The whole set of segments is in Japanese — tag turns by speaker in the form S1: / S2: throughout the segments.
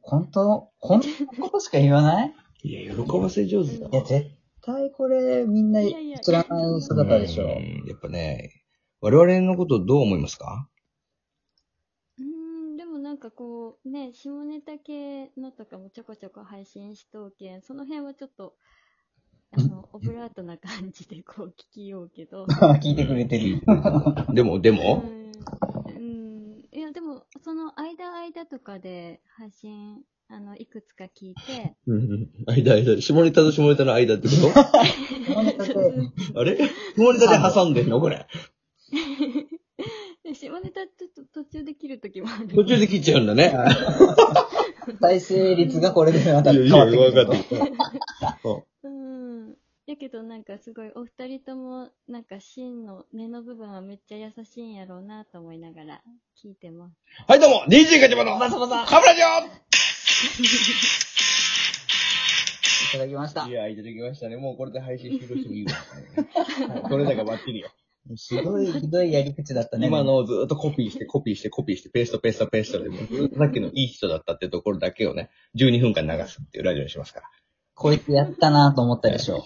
S1: 本当、本当のことしか言わない
S2: いや、喜ばせ上手だ
S1: いや、絶対これ、みんな
S3: やいや
S1: 知らない姿でしょ。
S2: うんやっぱね、我々のことどう思いますか
S3: うーん、でもなんかこう、ね、下ネタ系のとかもちょこちょこ配信しとうけん、その辺はちょっと、あの、オブラートな感じでこう聞きようけ ど。
S1: 聞いてくれて る。
S2: でも、で
S3: う
S2: も、
S3: ん、うん、いや、でも、その間間とかで配信、あの、いくつか聞いて、
S2: うん間、間、下ネタと下ネタの間って こ
S1: 下ネタで
S2: とあれ下ネタで挟んでんのこれ。
S3: で 下ネタちょっと途中で切るときもある。
S2: 途中で切っちゃうんだね。
S1: 再生率がこれでまた
S2: いや
S1: 変
S2: い
S1: わ
S2: や、
S1: ってくる
S2: 分かってきた。うん
S3: うん。やけどなんかすごいお二人ともなんか芯の根の部分はめっちゃ優しいんやろうなと思いながら聞いてます。
S2: はい、どうも、DJ ガチャバの、まさまさん、カブラジ
S1: いただきました
S2: オい。や、いただきましたね。もうこれで配信終了してもいいわ。これだがバッチリよ。
S1: すごいひどいやり口だったね。
S2: 今のをずっとコピーして、コピーして、コピーして、ペースト、ペースト、ペーストで、もうずっとさっきのいい人だったってところだけをね、12分間流すっていうラジオにしますから。
S1: こいつやったなと思ったでしょ。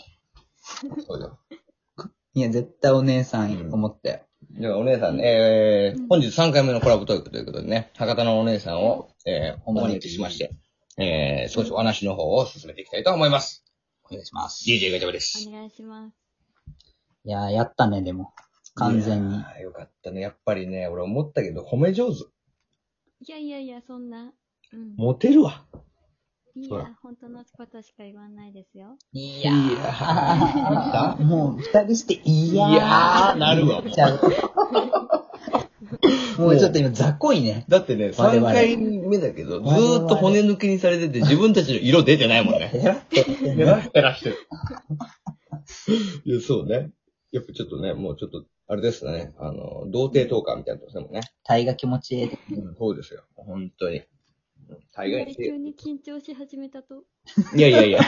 S2: そうだ。
S1: いや、絶対お姉さん思ったよ。
S2: では、お姉さんね、え
S3: う
S2: ー、
S3: ん
S2: 本日3回目のコラボトークということでね、博多のお姉さんを、えー、お
S1: お招き
S2: 招きしまして、えー、少しお話の方を進めていきたいと思います。
S1: お願いします。い
S2: DJ ガチャバです。
S3: お願いします。
S1: や、やったね、でも。完全
S2: い
S1: に。
S2: やー。よかったね。やっぱりね、俺思ったけど、褒め上手。
S3: いやいやいや、そんな。うん。
S2: モテるわ。
S3: い
S2: ほ
S3: や
S2: ら、
S3: 本当のことしか言わないですよ。
S1: い
S2: いや
S1: あーもう、二人して、いやー。
S2: いやーなるわもう
S1: ちゃう。もうちょっと今、雑魚いね。
S2: だってね、
S1: 我
S2: 3
S1: 々
S2: 回目だけど、ず
S1: 我々
S2: ーっと骨抜きにされてて、自分たちの色出てない もんね。
S1: ペラって。
S2: 減らしてらしてる。 いや、そうね。やっぱちょっとね、もうちょっと、あれですね。あの、童貞トーカーみたいなことでもんね。
S1: 体が気持ちいい。
S2: うん、そうですよ。本当に。大概にして
S3: 急。に緊張し始めたと。
S2: いやいやいや。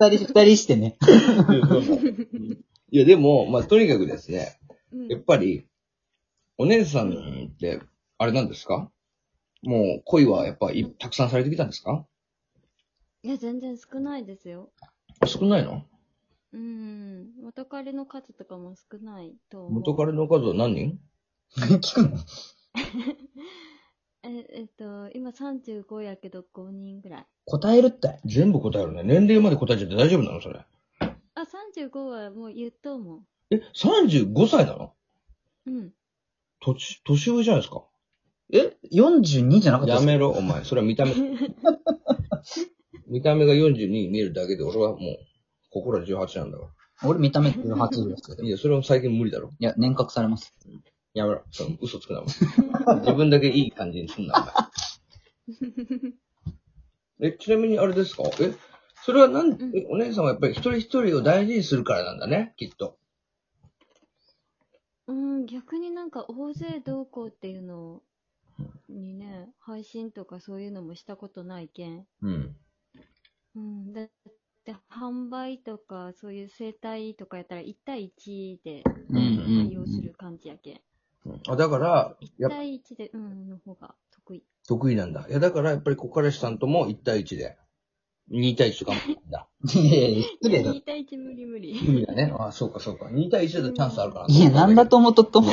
S1: 二人、二人してね。
S2: いや、でも、まあ、とにかくですね、
S3: うん
S2: やっ。ぱり、お姉さんって、あれなんですかもう恋はやっぱりたくさんされてきたんですか
S3: いや、全然少ないですよ。
S2: 少ないの
S3: うん。元彼の数とかも少ないと思う。
S2: 元彼の数は何人
S1: 聞くの
S3: え、えっと、今35やけど5人ぐらい。
S1: 答えるって。
S2: 全部答えるね。年齢まで答えちゃって大丈夫なのそれ。
S3: あ、35はもう言っとうもん。
S2: え、35歳なの
S3: うん。
S2: 年、年上じゃないですか
S1: え ?42 じゃなかった
S2: や
S1: ですか
S2: めろ、お前。それは見た目。 見た目が42に見えるだけで、俺はもう、心は18なんだか
S1: 俺見た目18ですけど
S2: ら。い。や、それは最近無理だろ。
S1: いや、年賀来されます。
S2: やめろ。その嘘つくな、お前。自分だけいい感じにすんな、お前。 え、ちなみにあれですかえ、それはなん、
S3: ん
S2: えお姉さんはやっぱり一人一人を大事にするからなんだね、きっと。
S3: うん、逆になんか大勢どうこうっていうのにね、配信とかそういうのもしたことないけん。
S2: うん。
S3: うん、だって販売とかそういう生態とかやったら1対1で
S1: うんうん
S3: 対応する感じやけん。
S2: あ、だから、
S3: 1
S2: やっぱ
S3: 対1で、うん、の方が得意。
S2: 得意なんだ。いや、だからやっぱりこ彼氏さんとも1対1で、2対1とかもいいん だ。
S1: いやいや、失礼だ
S3: 2。対1無理無 理。
S2: 無理だね。あそうかそうか。2対1だとチャンスあるから。
S1: いや、なんだと思っとっとも。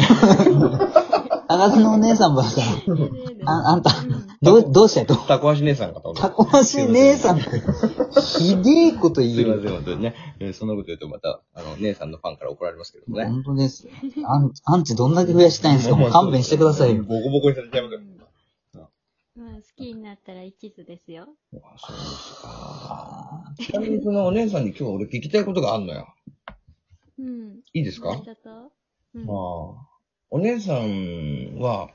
S1: 高田のお姉さんばっかり。ああんた
S3: うん
S1: どう、どうしたと。
S2: タコ足姉さんかと思った
S1: たこまし姉さん。ひでえこと
S2: すい
S1: 言
S2: ま
S1: う
S2: せん、本当にね。えーそんなこと言うとまた、あの、姉さんのファンから怒られますけども
S1: よ。
S2: ね。
S1: 本当ですよ。アンアンチどんだけ増やしたいんですかもう勘弁してくださいよ。
S2: ボコボコにされちゃいますよ。
S3: まあ、好きになったら一途ですよ。
S2: あそうですか。ちなみにそのお姉さんに今日俺聞きたいことがあんのよ。
S3: うん。
S2: いいですか
S3: どうしたとうん
S2: ああ。お姉さんは、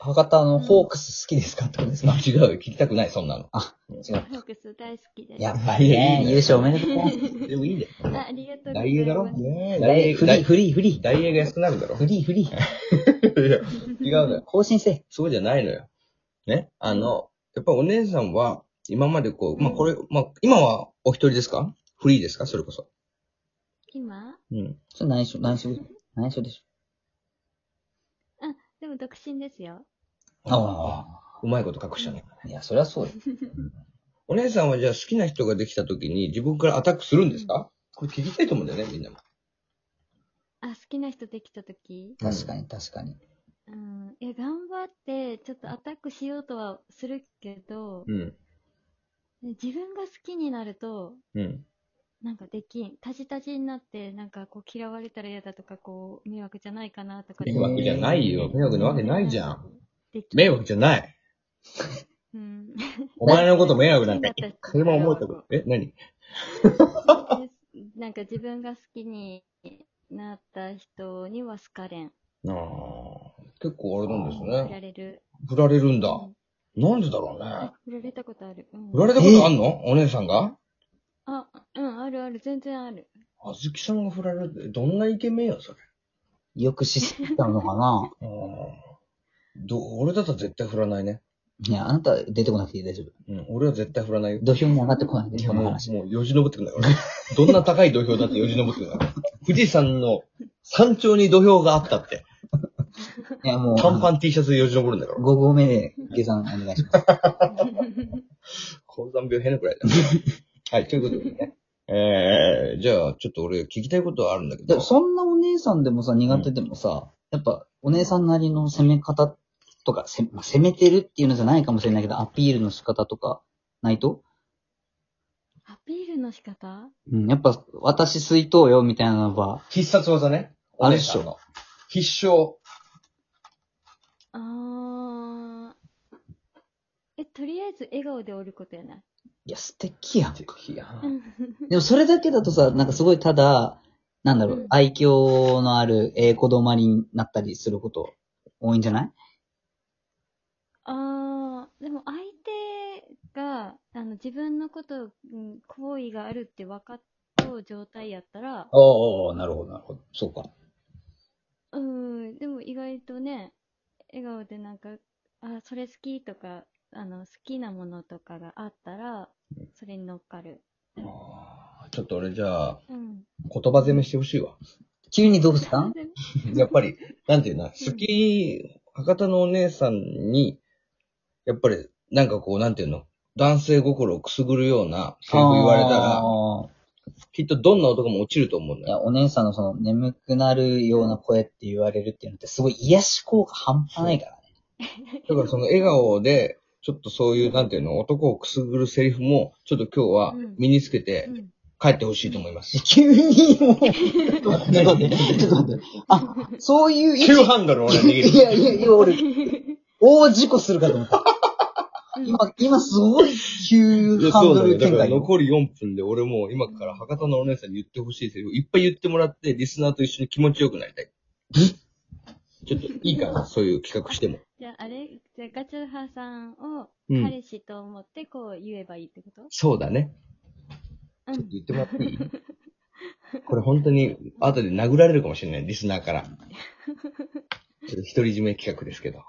S1: 博多のホークス好きですかってことですか
S2: 違うよ、聞きたくない、そんな
S1: 違
S2: の。
S1: う。
S3: フォークス大好きで す。
S1: やっぱりね、優勝おめでとう。
S2: でもいいね。
S3: あありがとうござ
S2: ダ
S3: い
S2: イエーだろ
S3: ます。
S2: ね
S1: フリー、フリー、フリー。
S2: ダイエーが安くなるだろ
S1: フリー、フリー。
S2: 違うのよ。
S1: 更新せ。
S2: そうじゃないのよ。ね。あの、やっぱお姉さんは、今までこう、まあこれ、まあ今はお一人ですかフリーですかそれこそ。
S3: 今
S2: うん。
S1: それ内緒、内緒でしょ。内緒でし
S3: でも独身ですよ。
S1: ょ。ああ。
S2: うまいこと隠したね。
S1: いや、そりゃそうよ。
S2: お姉さんはじゃあ好きな人ができた時に自分からアタックするんですか、これ聞きたいと思うんだよね、みんなも。
S3: あ、好きな人できたとき、
S1: 確かに、確かに。
S3: うん、いや、頑張って、ちょっとアタックしようとはするけど、
S2: うん。
S3: で自分が好きになると、
S2: うん。
S3: なんかできん、たじたじになって、なんかこう嫌われたら嫌だとか、こう迷惑じゃないかなとかで、
S2: 迷惑じゃないよ。迷惑なわけないじゃん。
S3: でき
S2: 迷惑じゃない。
S3: うん。
S2: お前のこと迷惑なん か一回も思ったこと。え、何
S3: でなんか自分が好きになった人には好かれん、
S2: ああ、結構あれなんです
S3: 振ら
S2: ね。
S3: れる。
S2: 振られるんだ。
S3: うん
S2: なんでだろうね。
S3: 振られたことある。うん、
S2: 振られたことあんのお姉さんが
S3: あ、うん、あるある、全然ある。
S2: あずきさんが振られるって、どんなイケメンよ、それ。
S1: よくしすぎたのかな
S2: ああ。ど、俺だったら絶対振らないね。
S1: いや、あなた出てこなくていい大丈夫。
S2: うん、俺は絶対振らないよ。
S1: 土俵も上がってこないで、この
S2: も
S1: 話。
S2: う、もうよじ登ってくんだよ、俺。どんな高い土俵だってよじ登ってくんだ よ。富士山の山頂に土俵があったって。
S1: いや、もう、
S2: 短パン T シャツでよじ登るんだから。
S1: 5合目で下山お願いします。
S2: 高山病変なくらいだよ。 はい、ということでね。えー、じゃあ、ちょっと俺聞きたいことはあるんだけ
S1: で
S2: ど。
S1: もそんなお姉さんでもさ、苦手でもさ、やっぱお姉さんなりの攻め方とか、せまあ攻めてるっていうのじゃないかもしれないけど、アピールの仕方とかないと
S3: アピールの仕方
S1: うん、やっぱ私水筒よみたいなのは、
S2: 必殺技ね。
S1: あ
S2: お
S1: る
S2: 姉
S1: っし
S2: さ
S1: ょ
S2: んの。必勝。
S3: あー。え、とりあえず笑顔でおることやない。
S1: いや、素敵やん。
S2: 敵やん
S1: でもそれだけだとさ、なんかすごいただ、なんだろ
S3: う、
S1: うん愛嬌のある、ええ子供になったりすること多いんじゃない
S3: あー、でも相手が、あの、自分のこと、うん、好意があるって分かった状態やったら、
S1: おーおーなるほど、なるほど。そうか。
S3: うん、でも意外とね、笑顔でなんか、あ、それ好きとか、あの、好きなものとかがあったら、それに乗っかる。
S2: あーちょっと俺じゃあ、
S3: うん。
S2: 言葉攻めしてほしいわ。
S1: 急にどうしたん
S3: 全然
S2: やっぱり、なんていうな、好き、博多のお姉さんに、やっぱり、なんかこう、なんていうの、男性心をくすぐるような、そう言われた
S1: あ
S2: ら、
S1: ー
S2: きっとどんな男も落ちると思うん
S1: い
S2: だよ。
S1: や、お姉さんのその眠くなるような声って言われるっていうのってすごい癒し効果半端ないからね。
S2: だからその笑顔で、ちょっとそういう、なんていうの、男をくすぐるセリフも、ちょっと今日は身につけて
S3: うん
S2: 帰ってほしいと思います。
S1: 急にもう、ちょっと待って、ちょっと待って。あ、そういう意
S2: 急
S1: 味。
S2: ハンドル俺握
S1: い
S2: る。
S1: やいやいや、俺、 大事故するかと思った。今、今すごい
S2: い
S1: 急
S2: や
S1: ハ
S2: そ
S1: ンド
S2: うだ
S1: ル
S2: ね。だ
S1: 展
S2: から
S1: 開。
S2: 残り4分で俺もう今から博多のお姉さんに言ってほしいセリフいっぱい言ってもらって、リスナーと一緒に気持ちよくなりたい。ちょっといいかな、そういう企画しても。
S3: じゃあ、あれじゃあ、ガチャハさんを
S2: うん
S3: 彼氏と思って、こう言えばいいってこと
S2: そうだね。
S3: う
S2: ちょっと
S3: ん。
S2: 言ってもらっていいこれ本当に後で殴られるかもしれない、リスナーから。ちょっと独り占め企画ですけど。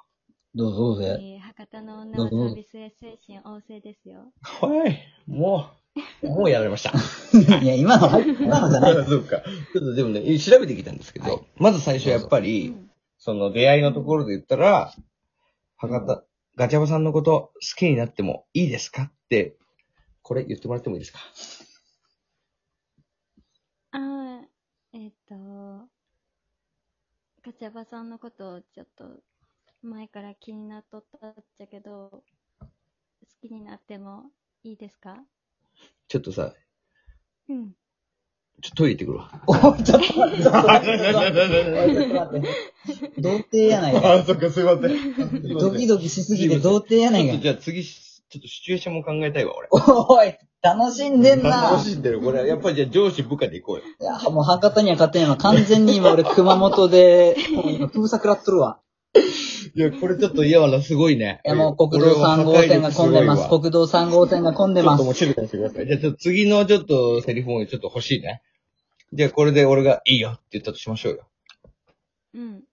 S1: どうぞどう
S3: え
S1: ぞ。
S3: ー、博多の女はサービス精神旺盛ですよ。
S2: はい。もう、もうやられま した。
S1: いや、今のは、今のじゃない。
S2: そうか。 ちょっとでもね、調べてきたんですけど、
S1: はい
S2: まず最初やっぱ
S3: う
S2: り、
S3: ん
S2: その出会いのところで言ったら、博多、ガチャバさんのこと好きになってもいいですかって、これ言ってもらってもいいですか
S3: あー、えっ、と、ガチャバさんのこと、ちょっと、前から気になっとったっちゃけど、好きになってもいいですか
S2: ちょっとさ、
S3: うん。
S2: ちょっとトイレ行ってくるわ。
S1: おいちょっと待って、ちょっと待って。おいちょっと待って童貞やないか。
S2: あ、そっか、すい ません
S1: ドキ
S2: ド
S1: ドキしすぎて童貞やない
S2: ちょっと
S1: か。
S2: じゃあ次、ちょっとシチュエーションも考えたいわ、俺。
S1: おい、楽しんでんな。
S2: 楽しんでる。これ、やっぱりじゃあ上司部下で行こうよ。
S1: いや、もう博多には勝てんわ。完全に今俺熊本で、もう今封鎖食らっとるわ。
S2: いや、これちょっと嫌わな、すごいね。
S1: いや、もう国道3号線が混んでます。
S2: こ
S1: 国道3号線が混んで
S2: ちょ
S1: ま
S2: っと
S1: す
S2: もう。静かにしてください。じゃあちょっと次のちょっとセリフもちょっと欲しいね。じゃあこれで俺がいいよって言ったとしましょうよ。
S3: うん。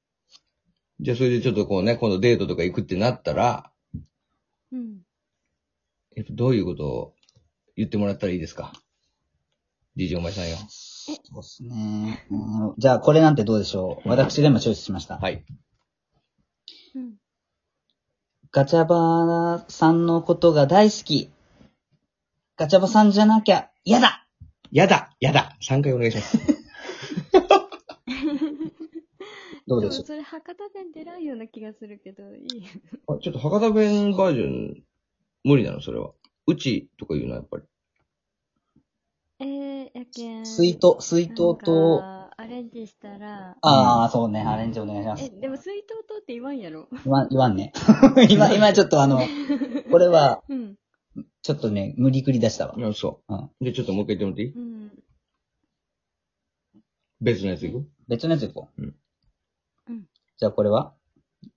S2: じゃあそれでちょっとこうね、今度デートとか行くってなったら、
S3: うん。
S2: えっとどういうことを言ってもらったらいいですか ?DJ お前さんよ。
S1: そうですね。うんじゃあ、これなんてどうでしょう。私が今チョイスしました。
S2: はい。
S3: うん。
S1: ガチャバさんのことが大好き。ガチャバさんじゃなきゃ嫌だ
S2: やだやだ !3 回お願いします。
S1: どうでしょ
S3: もそれ博多弁出ないような気がするけど、いい。
S2: あちょっと博多弁バージョン、無理なのそれは。うちとか言うのやっぱり。
S3: えー、やけん。
S1: う水筒、水筒と、
S3: なんかアレンジしたら、
S1: ああ、そうね、アレンジお願いしま
S3: え、
S1: す。
S3: でも水筒とって言わんやろ。
S1: 言わん、言わんね。 今、今ちょっとあの、これは、
S3: うん。
S1: ちょっとね、無理くり出したわ。
S2: あそう。で、ちょっともう一回言ってもらってい
S3: う
S2: い
S3: ん。
S2: 別のやついく
S1: 別のやつ行こう。
S2: うん
S3: うん
S1: じゃあこれは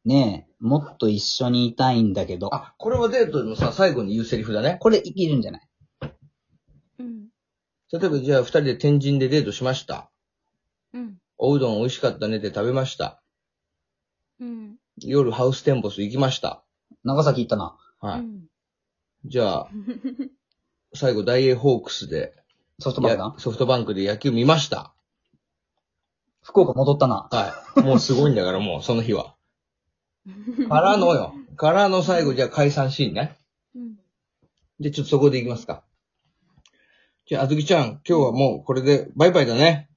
S1: ねえ、もっと一緒にいたいんだけど。
S2: あ、これはデートのさ、最後に言うセリフだね。
S1: これいけるんじゃない
S3: うん。
S2: 例えばじゃあ二人で天神でデートしました。
S3: うん。
S2: おうどん美味しかったねって食べました。
S3: うん。
S2: 夜ハウステンボス行きました。
S1: 長崎行ったな。
S3: う
S2: はい。
S3: ん。
S2: じゃあ、最後大英ホークスで、
S1: ソフトバンク
S2: や
S1: な。
S2: ソフトバンクで野球見ました。
S1: 福岡戻ったな。
S2: はい。もうすごいんだからもう、その日は。からのよ。からの最後じゃあ解散シーンね。
S3: うん。
S2: で、ちょっとそこでいきますか。じゃあ、あずきちゃん、今日はもうこれでバイバイだね。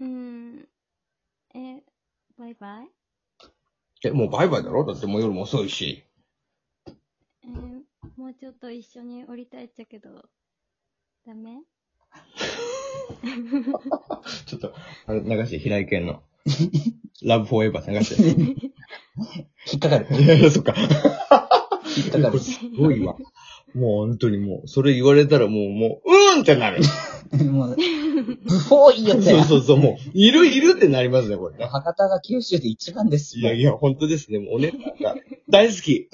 S3: うん。え、バイバイ
S2: え、もうバイバイだろだってもう夜も遅いし。
S3: えーもうちょっと一緒に降りたいっちゃけど、ダメ
S2: ちょっと、あの流して、平井堅 の。ラブフォーエバー流して。
S1: 引っかかる。
S2: いやいや、そっか。
S1: 引っかかる。
S2: すごいわ。もう本当にもう、それ言われたらもう、もう、うーんってなる。
S1: もう、ブフォーいいやつ
S2: そう
S1: や。
S2: そうそう、もう、いるいるってなりますね、これね。
S1: 博多が九州で一番ですよ。
S2: いやいや、本当ですね。もうお姉さんが大好き。